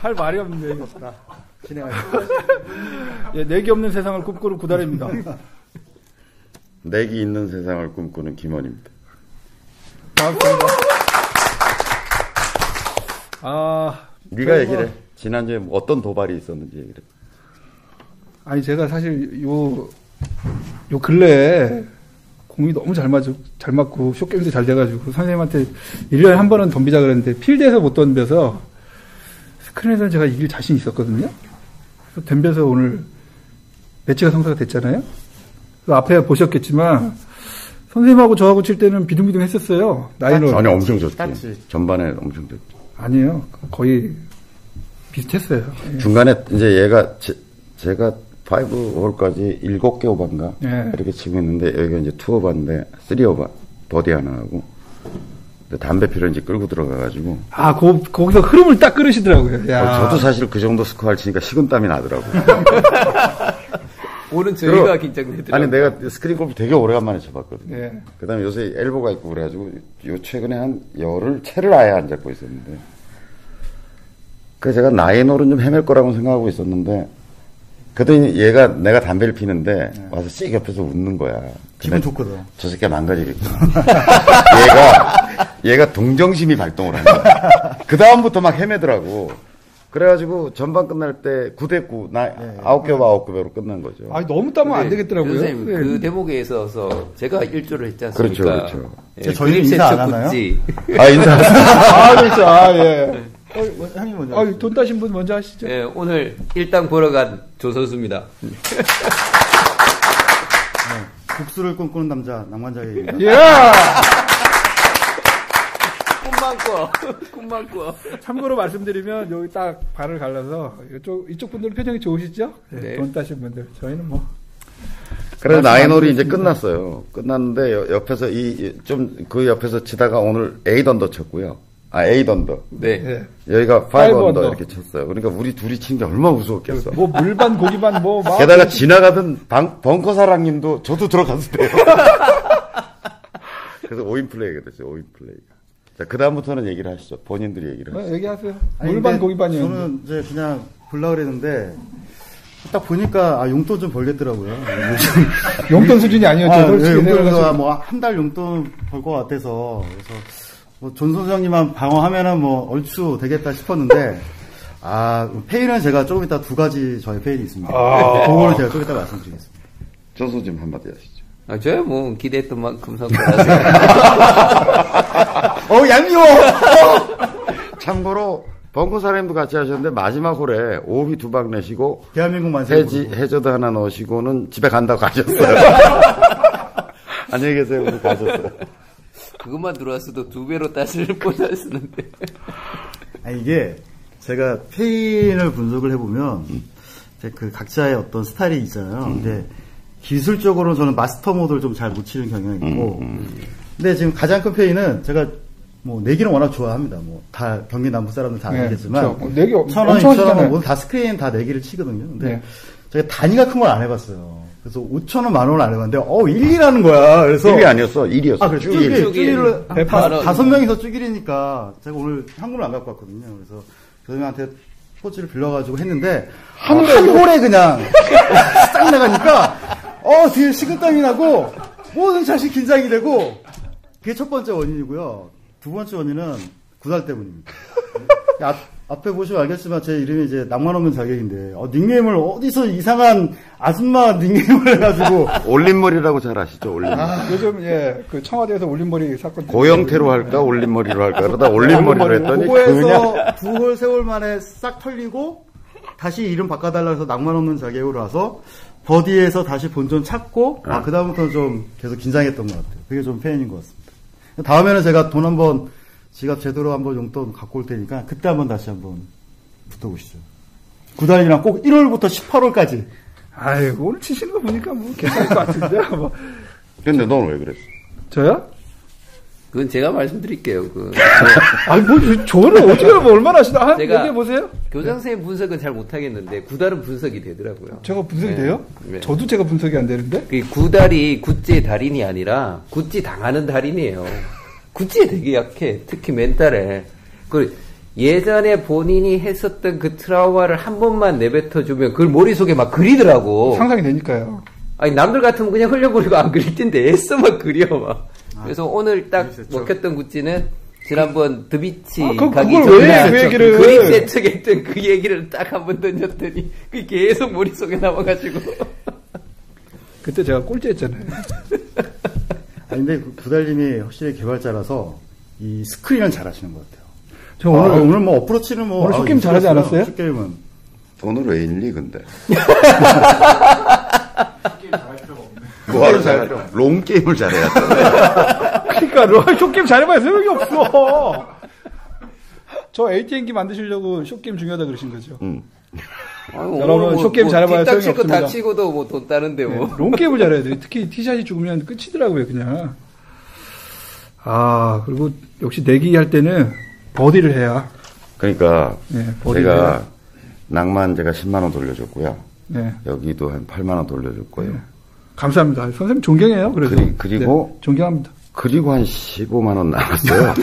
할 말이 없는 얘기 없다. 진행하겠습니다. 예, 내기 없는 세상을 꿈꾸는 구달입니다. 내기 있는 세상을 꿈꾸는 김원입니다. 반갑습니다. 아, 네가 얘기를 해. 지난주에 뭐 어떤 도발이 있었는지 얘기를 해. 아니 제가 사실 요, 요 근래에 공이 너무 잘 맞고, 잘 맞고, 쇼게임도 잘 돼가지고, 선생님한테 1년에 한 번은 덤비자 그랬는데, 필드에서 못 덤벼서, 스크린에서는 제가 이길 자신 있었거든요? 그래서 덤벼서 오늘, 매치가 성사가 됐잖아요? 그래서 앞에 보셨겠지만, 선생님하고 저하고 칠 때는 비둥비둥 했었어요. 나이로. 전혀 엄청 좋지. 그러니까. 딱지. 전반에 엄청 좋지. 아니에요. 거의 비슷했어요. 중간에 이제 얘가 제, 제가 5 홀까지 7개 오반가 네. 예. 이렇게 치고 있는데 여기가 이제 2 오반데 3 오반 버디 하나 하고 근데 담배 피를 이제 끌고 들어가가지고 아, 거, 거기서 흐름을 딱 끌으시더라고요. 어, 야. 저도 사실 그 정도 스코어를 치니까 식은땀이 나더라고. 오른 그리고- 저희가 네, 긴장되더라고요. 네. 아니 내가 스크린 골프 되게 오래간만에 쳐봤거든요. 예. 그다음에 요새 엘보가 있고 그래가지고 요 최근에 한 열흘 채를 아예 안 잡고 있었는데 그래서 제가 나인홀은 좀 헤맬 거라고 생각하고 있었는데 그랬더니 얘가 내가 담배를 피는데 네. 와서 씩 옆에서 웃는 거야. 근데 기분 좋거든. 저 새끼 망가지겠구나. 얘가 얘가 동정심이 발동을 한 거야. 그 다음부터 막 헤매더라고. 그래가지고 전반 끝날 때 9대 9, 나 네. 아홉 개 아홉 개로 끝난 거죠. 아니, 너무 따면 안 되겠더라고요. 선생님, 예. 그 대목에 있어서 제가 일조를 했지 않습니까? 그렇죠, 그렇죠. 예, 저희는 그립 인사 안 세척 하나요? 굿즈. 아 인사. 네. 아, 진짜, 아, 예. 어, 형님 먼저. 아, 돈 따신 분 먼저 하시죠. 예, 오늘 일당 벌어간 조 선수입니다. 국수를 꿈꾸는 남자 남관자입니다. 예! 꿈만 꿔. 꿈만 꿔. 참고로 말씀드리면, 여기 딱 발을 갈라서, 이쪽, 이쪽 분들은 표정이 좋으시죠? 예, 네. 돈 따신 분들. 저희는 뭐. 아, 그래서 나인홀이 이제 끝났어요. 끝났는데 여- 옆에서 이 좀 그 옆에서 치다가 오늘 에이언더 쳤고요. 아 에이던더 네. 예. 여기가 파이브 5 언더. 언더 이렇게 쳤어요. 그러니까 우리 둘이 친 게 얼마나 무서웠겠어. 뭐, 물반, 고기반, 뭐, 막. 게다가 지나가던 방- 벙커 사랑님도 저도 들어갔을 때요. 그래서 5인 플레이가 됐어요. 5인 플레이가. 자, 그다음부터는 얘기를 하시죠. 본인들이 얘기를 하시죠. 어, 얘기하세요. 아니, 물반, 근데 고기반이요. 저는 이제 그냥 볼라 그랬는데 딱 보니까 아, 용돈 좀 벌겠더라고요. 요즘 용돈 수준이 아니었죠. 아, 네. 솔직히 예, 생각해서. 용돈에서 뭐한 달 용돈 벌 것 같아서 그래서 뭐존 소장님만 방어하면은 뭐 얼추 되겠다 싶었는데 아 페이는 제가 조금 이따 두 가지 저의 페인이 있습니다. 그거는 제가 조금 이따 말씀드리겠습니다. 저소 좀 한마디 하시죠. 아, 저야 뭐 기대했던 만큼 성공하세요. 어 얄미워. 참고로 벙커 사랑님도 같이 하셨는데 마지막 홀에 오비 두 방 내시고 대한민국 만세. 해지 해저드 하나 넣으시고는 집에 간다고 가셨어요. 안녕히 계세요. 그래서 가셨어요. 그것만 들어왔어도 두 배로 따스를 뻔했었는데. 아니, 이게 제가 페인을 분석을 해보면 음. 이제 그 각자의 어떤 스타일이 있잖아요. 근데 기술적으로 저는 마스터 모드를 좀 잘 못 치는 경향이 음, 있고, 근데 지금 가장 큰 페인은 제가 뭐 내기는 워낙 좋아합니다. 뭐 다 경기 남부 사람들 다 네, 알겠지만 그렇죠. 내기 엄- 천원, 엄청 이천 하시잖아요. 원, 다 스크린 다 내기를 치거든요. 근데 네. 제가 단위가 큰 걸 안 해봤어요. 그래서 5천 원, 만 원을 안 해봤는데 어 1위라는 거야. 그래서 1위 아니었어. 1위였어. 아, 그래. 쭈길. 쭈길. 쭈길을 쭈길. 다- 대팔. 다섯 명이서 쭈길이니까 제가 오늘 현금을 안 갖고 왔거든요. 그래서 교수님한테 포즈를 빌려가지고 했는데 한, 한 홀에 그냥 싹 나가니까 어 뒤에 식은땀이 나고 모든 자신 긴장이 되고 그게 첫 번째 원인이고요. 두 번째 원인은 구달 때문입니다. 네. 앞, 앞에 보시면 알겠지만 제 이름이 이제 낭만 없는 자격인데 어, 닉네임을 어디서 이상한 아줌마 닉네임을 해가지고 올림머리라고 잘 아시죠? 올림머리. 요즘, 예, 그 청와대에서 올림머리 사건. 고형태로 할까? 올림머리로 할까? 그러다 올림머리로 했더니 그냥 그거에서 두 홀 세 홀 만에 싹 털리고 다시 이름 바꿔달라 해서 낭만 없는 자격으로 와서 버디에서 다시 본전 찾고 아 그다음부터 좀 계속 긴장했던 것 같아요. 그게 좀 페인인 것 같습니다. 다음에는 제가 돈 한번 지갑 제대로 한번 용돈 갖고 올 테니까 그때 한번 다시 한번 붙어보시죠. 구단이랑 꼭 1월부터 18월까지 아이고, 오늘 치시는 거 보니까 뭐 괜찮을 것 같은데. 뭐. 근데 넌 왜 그랬어? 저요? 그건 제가 말씀드릴게요. 그 아니, 뭐, 저- 저는 어떻게 하면 얼마나 하시나? 아, 제가- 얘기해보세요. 교장 선생님 분석은 잘 못하겠는데 구달은 분석이 되더라고요. 제가 분석이 네. 돼요? 네. 저도 제가 분석이 안 되는데? 그 구달이 구찌의 달인이 아니라 구찌 당하는 달인이에요. 구찌에 되게 약해. 특히 멘탈에. 그 예전에 본인이 했었던 그 트라우마를 한 번만 내뱉어주면 그걸 머릿속에 막 그리더라고. 상상이 되니까요. 아니 남들 같으면 그냥 흘려버리고 안 그릴 텐데 애써 막 그려 막. 아, 그래서 오늘 딱 먹혔던 구찌는 지난번 드비치 아, 그- 가기 그걸 왜 전에 그 얘기를- 그립 세척했던 그 얘기를 딱 한 번 던졌더니 그게 계속 머릿속에 남아가지고 그때 제가 꼴찌했잖아요. 아니, 근데 그 구달님이 확실히 개발자라서 이 스크린은 잘 하시는 것 같아요. 저 오늘, 오늘 오늘 뭐 어프로치는 뭐. 오늘 아우, 숏게임 잘하지 미쳤어요. 않았어요? 숏게임은. 돈을 왜 잃니 근데? 뭐하러 잘 롱게임을 잘해야 돼. 그러니까 로아 쇼게임 잘해봐야 소용이 없어. 저 ATM기 만드시려고 쇼게임 중요하다 그러신 거죠. 음. 여러분, 쇼게임 잘해봐야 딱 소용이 뭐, 치고 없습니다. 다 치고도 뭐 돈 따는데 네, 뭐 롱게임을 잘해야 돼요. 특히 티샷이 죽으면 끝이더라고요, 그냥. 아, 그리고 역시 내기 할 때는 버디를 해야. 그러니까 네, 예, 버리를 제가 낭만 제가 10만 원 돌려줬고요. 네. 여기도 한 8만 원 돌려줬고요. 예. 감사합니다. 선생님 존경해요. 그래서. 그리- 그리고- 네, 존경합니다. 그리고 한 15만 원 남았어요.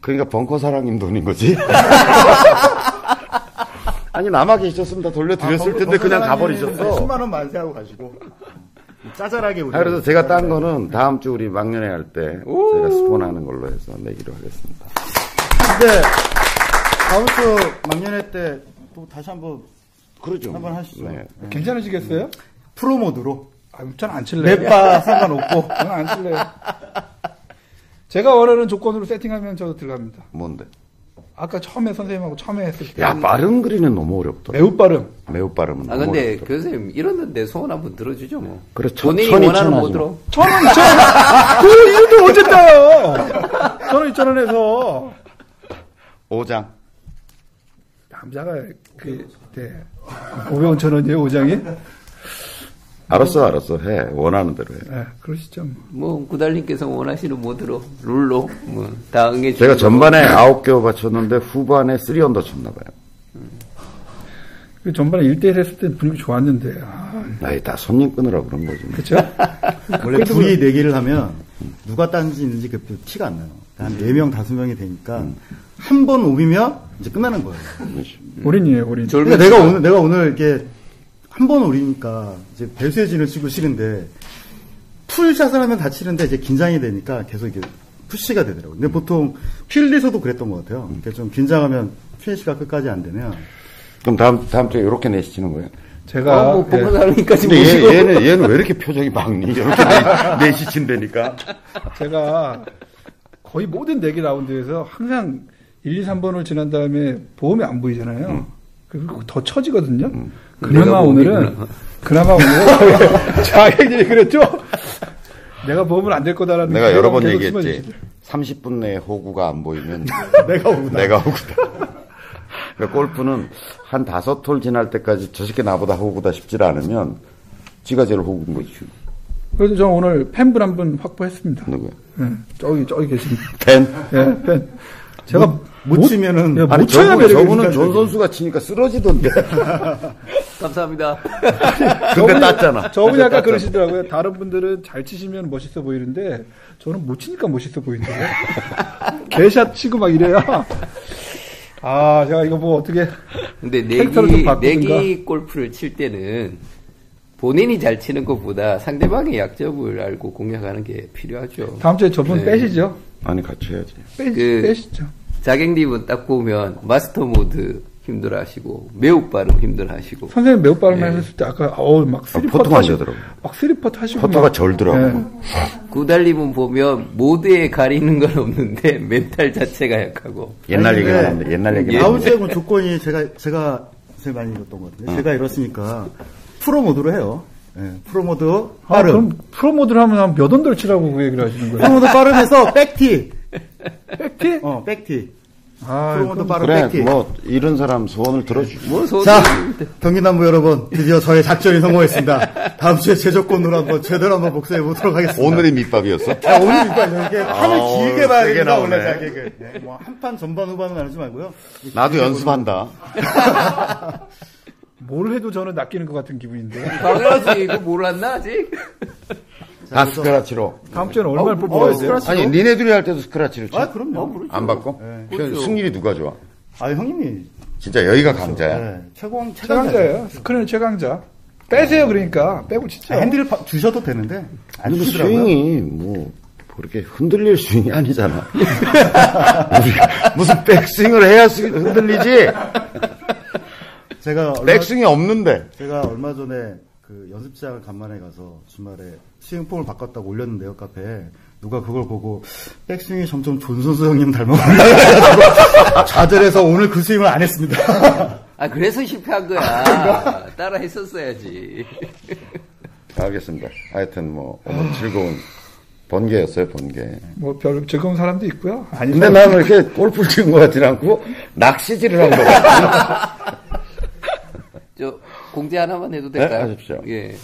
그러니까 벙커 사랑님 돈인 거지. 아니 남아 계셨으면 다 돌려드렸을 아, 텐데 그냥 가버리셨어. 10만원 만세하고 가시고. 짜잘하게 우리. 아, 그래서 제가 딴 거는 다음 주 우리 막년회 할 때 제가 스폰하는 걸로 해서 내기로 하겠습니다. 근데 다음 주 막년회 때 또 다시 한번 그러죠. 네. 한번 하시죠. 음. 괜찮으시겠어요? 프로 모드로 아, 전안 칠래요. 맵바 상관없고 저는 안 칠래요. 제가 원하는 조건으로 세팅하면 저도 들어갑니다. 뭔데? 아까 처음에 선생님하고 처음에 했을 때. 야 빠른 그리는 너무 어렵더라. 매우 빠름. 매우 빠르면 아 너무 근데 어렵더라. 교수님 이러는데 소원 한번 들어주죠 뭐 그렇죠. 본인이 천이 원하는 천하죠. 뭐. 모드로 저는, 저는, 그 이유도 언제 따요! 저는 2,000원에서. 5장. 남자가 그, 네. 500원 천 원이에요, 오장이? 네, 알았어 알았어 해 원하는 대로 해. 네, 그러시죠. 뭐. 뭐 구달님께서 원하시는 모드로 룰로 뭐다 어, 응해주 제가 전반에 아홉 개오쳤는데 후반에 쓰리 언더 쳤나 봐요. 그 전반에 1대1 했을 때 분위기 좋았는데, 아, 아이 다 손님 끊으라 그런 거지. 그쵸? 원래 둘이 내기를 하면 누가 딴지 있는지 그 티가 안 나요. 그러니까 한 4명, 5명이 되니까 음. 한 번 오비면 이제 끝나는 거예요. 올인이에요, 올인. 그러니까 내가 오늘, 내가 오늘 이렇게 한 번 오리니까 이제 배수의 진을 치고 싫은데 풀샷을 하면 다 치는데 이제 긴장이 되니까 계속 이게 푸시가 되더라고요. 근데 보통 필리서도 그랬던 것 같아요. 이렇게 좀 긴장하면 피니시가 끝까지 안 되면 그럼 다음 다음 주에 이렇게 내시는 거예요. 제가, 아, 뭐 예, 보고 사람이까지 근데 모시고 얘, 는 얘는 왜 이렇게 표정이 막니? 이렇게 내, 내시친다니까. 제가 거의 모든 내기 라운드에서 항상 1, 2, 3번을 지난 다음에 보험이 안 보이잖아요. 음. 그리고 더 처지거든요. 그나마 내가 오늘은, 보험이구나. 그나마 오늘은, 자객님이 그랬죠? 내가 보험을 안 될 거다라는 내가 그 여러 번 계속 얘기했지. 숨어주시죠. 30분 내에 호구가 안 보이면 내가 오구나. 내가 호구다. 그러니까 골프는 한 다섯 톨 지날 때까지 저 새끼 나보다 호구다 싶지 않으면 지가 제일 호구인 거지. 그래서 저는 오늘 팬분 한 분 확보했습니다. 누구야? 예, 저기, 저기 계십니다. 벤. 예, 팬. 제가 못, 못 치면은 예, 못 아니 쳐야 저분, 매력이 저분은 있는 존 선수가 치니까 쓰러지던데. 감사합니다. 근데 땄잖아. 저분이 근데 아까 땄잖아. 그러시더라고요. 다른 분들은 잘 치시면 멋있어 보이는데 저는 못 치니까 멋있어 보이는데요. 개샷 치고 막 이래야. 아, 제가 이거 뭐 어떻게 근데 캐릭터를 좀 내기 바꾸든가. 내기 골프를 칠 때는 본인이 잘 치는 것보다 상대방의 약점을 알고 공략하는 게 필요하죠. 다음 주에 저분 네. 빼시죠. 아니 같이 해야지. 빼, 그- 빼시죠. 자객님은 딱 보면 마스터 모드 힘들어하시고 매우 빠름 힘들어하시고 선생님 매우 빠른 말 하셨을 때 아까 어우 막 쓰리퍼트 포터가 안 하시고 되더라고요. 막 쓰리퍼트 하시고 포터가 막- 절더라고요. 구달림은 보면 모드에 가리는 건 없는데 멘탈 자체가 약하고 옛날 아니, 얘기는 근데 안 돼. 옛날 얘기는 안 아웃 돼. 제고 조건이 제가 제가 제일 많이 읽었던 것 같아요. 제가 이렇으니까 프로 모드로 해요. 예, 프로 모드 아, 빠름. 그럼 프로모드를 하면 한 몇 원 덜치라고 그 얘기를 하시는 프로 거예요. 모드 빠름에서 백티. 백티? 어, 백티. 아, 프로 모드 그럼- 빠름 그래 백티. 뭐 이런 사람 소원을 들어주고 뭐 소드 자, 경기남부 여러분, 드디어 저의 작전이 성공했습니다. 다음 주에 제조권으로 한번 제대로 한번 복수해 보도록 하겠습니다. 오늘의 밑밥이었어. 아, 오늘 이거 이렇게 판을 아, 길게 오늘 봐야 세게 된다 원래 나오네. 자격을. 네, 뭐한 판 전반 후반은 안 하지 말고요. 나도 연습한다. 뭘 해도 저는 낚이는 것 같은 기분인데. 당연하지 이거 몰랐나 아직? 다 스크라치로. 다음 주에는 얼마를 뽑을 어, 거예요? 스크라치로? 아니 니네들이 할 때도 스크라치로 쳐. 아, 그럼요. 안 받고? 그렇죠. 승률이 누가 좋아? 아, 형님이. 진짜 여기가 감자야. 네, 최고, 최강자예요. 최강자예요. 스크린 최강자. 빼세요 그러니까 빼고 치죠. 아, 핸들을 파- 주셔도 되는데, 안 근데 주시더라고요. 스윙이 뭐 그렇게 흔들릴 스윙이 아니잖아. 우리가 무슨 백스윙을 해야 스- 흔들리지? 제가 얼마, 백스윙이 없는데. 제가 얼마 전에 그 연습장 간만에 가서 주말에 스윙폼을 바꿨다고 올렸는데요, 카페에. 누가 그걸 보고, 백스윙이 점점 존선수 형님 닮아가지고 좌절해서 오늘 그 스윙을 안 했습니다. 아, 그래서 실패한 거야. 따라 했었어야지. 알겠습니다. 하여튼 뭐 오늘 즐거운 번개였어요, 번개. 뭐별 즐거운 사람도 있고요. 아니 근데 나는 이렇게 골프 치는 것 같진 않고 낚시질을 한 거 같아. 저 공지 하나만 해도 될까요? 네, 하십시오. 예.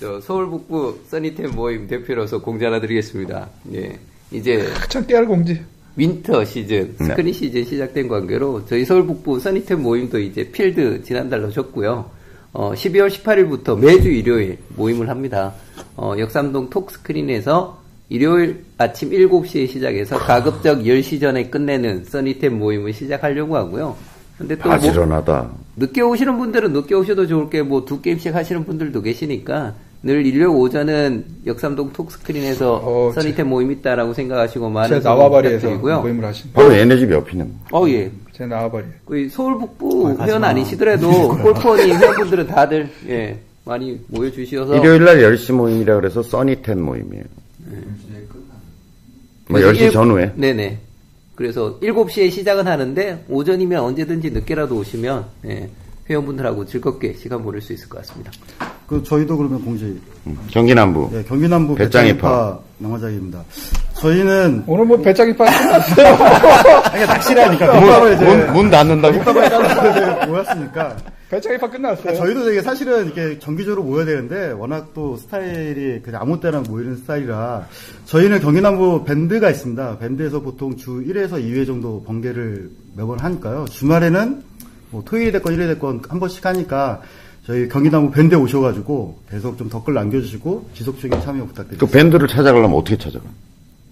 저 서울 북부 써니템 모임 대표로서 공지 하나 드리겠습니다. 예. 이제 한창 깨알 공지. 윈터 시즌, 네. 스크린 시즌 시작된 관계로 저희 서울 북부 써니템 모임도 이제 필드 지난달로 줬고요. 어, 12월 18일부터 매주 일요일 모임을 합니다. 어, 역삼동 톡스크린에서 일요일 아침 7시에 시작해서 가급적 10시 전에 끝내는 써니템 모임을 시작하려고 하고요. 근데 또 뭐- 바지런하다. 늦게 오시는 분들은 늦게 오셔도 좋을 게 뭐 두 게임씩 하시는 분들도 계시니까 늘 일요일 오전은 역삼동 톡스크린에서 어, 써니템 모임 있다라고 생각하시고 많은 제 성원 나와바리에서 부탁드리고요. 모임을 하신. 바로 얘네 뭐. 집 옆이는. 어, 예. 음. 제 나와바리. 우리 서울 북부 회원 아니시더라도 골프원이 회원분들은 다들 예 많이 모여주셔서 일요일 날 10시 모임이라 그래서 써니텐 모임이에요. 뭐 10시 일- 전후에. 네네. 그래서 7시에 시작은 하는데 오전이면 언제든지 늦게라도 오시면 예, 회원분들하고 즐겁게 시간 보낼 수 있을 것 같습니다. 그, 저희도 그러면 공지 음. 경기남부. 예, 경기남부 배짱이파. 배짱이파 남화장입니다. 저희는 오늘 뭐 배짱이 빠끝 났어요 아니 낚시라니까 문, 문, 문 닫는다고? 모였으니까 배짱이 빠 끝났어요. 그러니까 아, 저희도 되게 사실은 이렇게 정기적으로 모여야 되는데 워낙 또 스타일이 그냥 아무 때나 모이는 스타일이라 저희는 경기남부 밴드가 있습니다. 밴드에서 보통 주 1회에서 2회 정도 번개를 매번 하니까요. 주말에는 뭐 토요일이 됐건 일요일이 됐건 한 번씩 하니까 저희 경기남부 밴드에 오셔가지고 계속 좀 댓글 남겨주시고 지속적인 참여 부탁드립니다. 그 밴드를 찾아가려면 어떻게 찾아가?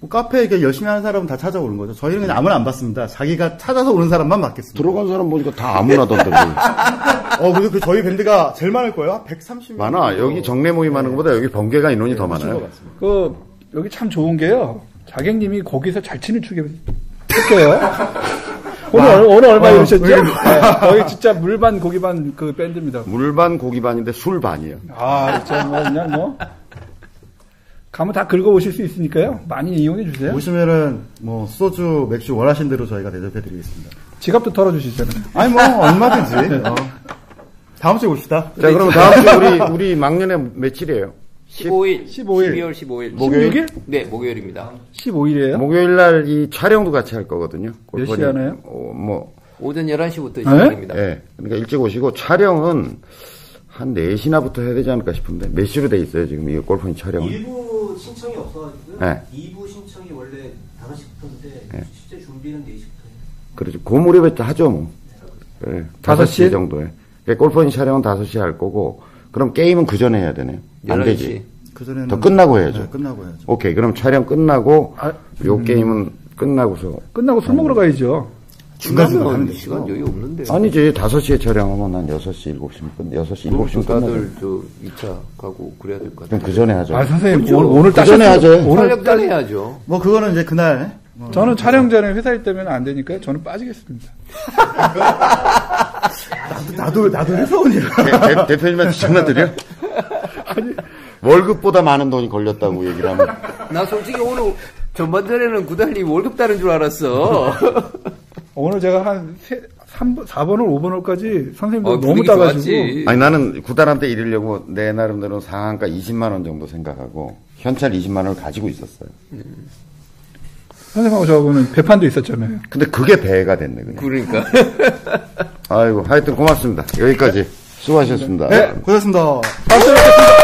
뭐 카페에 이렇게 열심히 하는 사람은 다 찾아오는 거죠. 저희는 그냥 아무나 안 받습니다. 자기가 찾아서 오는 사람만 받겠습니다. 들어간 사람 보니까 다 아무나던데. 뭐. 어, 근데 그 저희 밴드가 제일 많을 거예요. 130명. 많아. 여기 정례 모임 하는 것보다 여기 번개가 인원이 더 예, 많아요. 그 여기 참 좋은 게요. 자객님이 거기서 잘 치는 축에 할게요. 오늘 얼- 오늘 얼마에 오셨죠? 네, 거의 진짜 물반 고기반 그 밴드입니다. 물반 고기반인데 술반이에요. 아 진짜 뭐 그냥 뭐 가면 다 긁어 오실 수 있으니까요. 많이 이용해 네? 주세요. 오시면은 뭐 소주, 맥주 원하신 대로 저희가 대접해 드리겠습니다. 지갑도 털어 주시잖아요. 아니 뭐 얼마든지. 어. 다음 주에 봅시다. 자, 그럼 그렇죠. 다음 주 우리, 우리 막년에 며칠이에요? 15일, 15일. 12월 15일, 목요일? 16일? 네 목요일입니다. 15일이에요. 목요일 날 이 촬영도 같이 할 거거든요. 몇 골프원이. 시에 하나요? 어, 뭐, 오전 11시부터 시작입니다. 예. 그러니까 일찍 오시고 촬영은 한 4시나부터 해야 되지 않을까 싶은데 몇 시로 돼 있어요, 지금 이 골프원 촬영은? 일부 신청이 없어가지고요. 네. 2부 신청이 원래 5시부터인데 실제 준비는 4시부터 해요. 그렇죠. 그 무렵에 다 하죠, 뭐. 예. 5시 시? 정도에. 그러니까 골프원 촬영은 5시에 할 거고 그럼 게임은 그 전에 해야 되네요. 안 11시. 되지. 그 전에는 더 끝나고 해야죠. 네, 끝나고 해야죠. 오케이. 그럼 촬영 끝나고 아, 요 게임은 끝나고서 끝나고 술 먹으러 가야죠. 중간 중간 하면 그러면 되죠. 뭐 시간 여유 없는데. 아니지. 5시에 촬영하면 한 6시, 7시면 끝 6시, 7시면 끝나죠. 다들 저 2차 가고 그래야 될 것 그럼 같아요. 그 전에 하죠. 아 선생님 그죠. 오늘, 오늘 그 전에 따셨어요? 하죠. 오늘 활력단 해야죠. 뭐 그거는 이제 그날 뭐 저는 촬영 전에 회사일 때면 안 되니까요. 저는 빠지겠습니다. 나도 나도 회사원이라. 대, 표님한테 전화드려? 월급보다 많은 돈이 걸렸다고 얘기를 하면 나 솔직히 오늘 전반전에는 구달님 월급 따는 줄 알았어. 오늘 제가 한 세, 3번, 4번을 5번을까지 선생님들 어, 너무 분위기 따가지고 좋았지. 아니 나는 구단한테 이르려고 내 나름대로 상한가 20만 원 정도 생각하고 현찰 20만 원을 가지고 있었어요. 선생님하고 저하고는 배판도 있었잖아요. 근데 그게 배가 됐네 그냥. 그러니까. 아이고 하여튼 고맙습니다. 여기까지 수고하셨습니다. 네. 고생하셨습니다. 박수!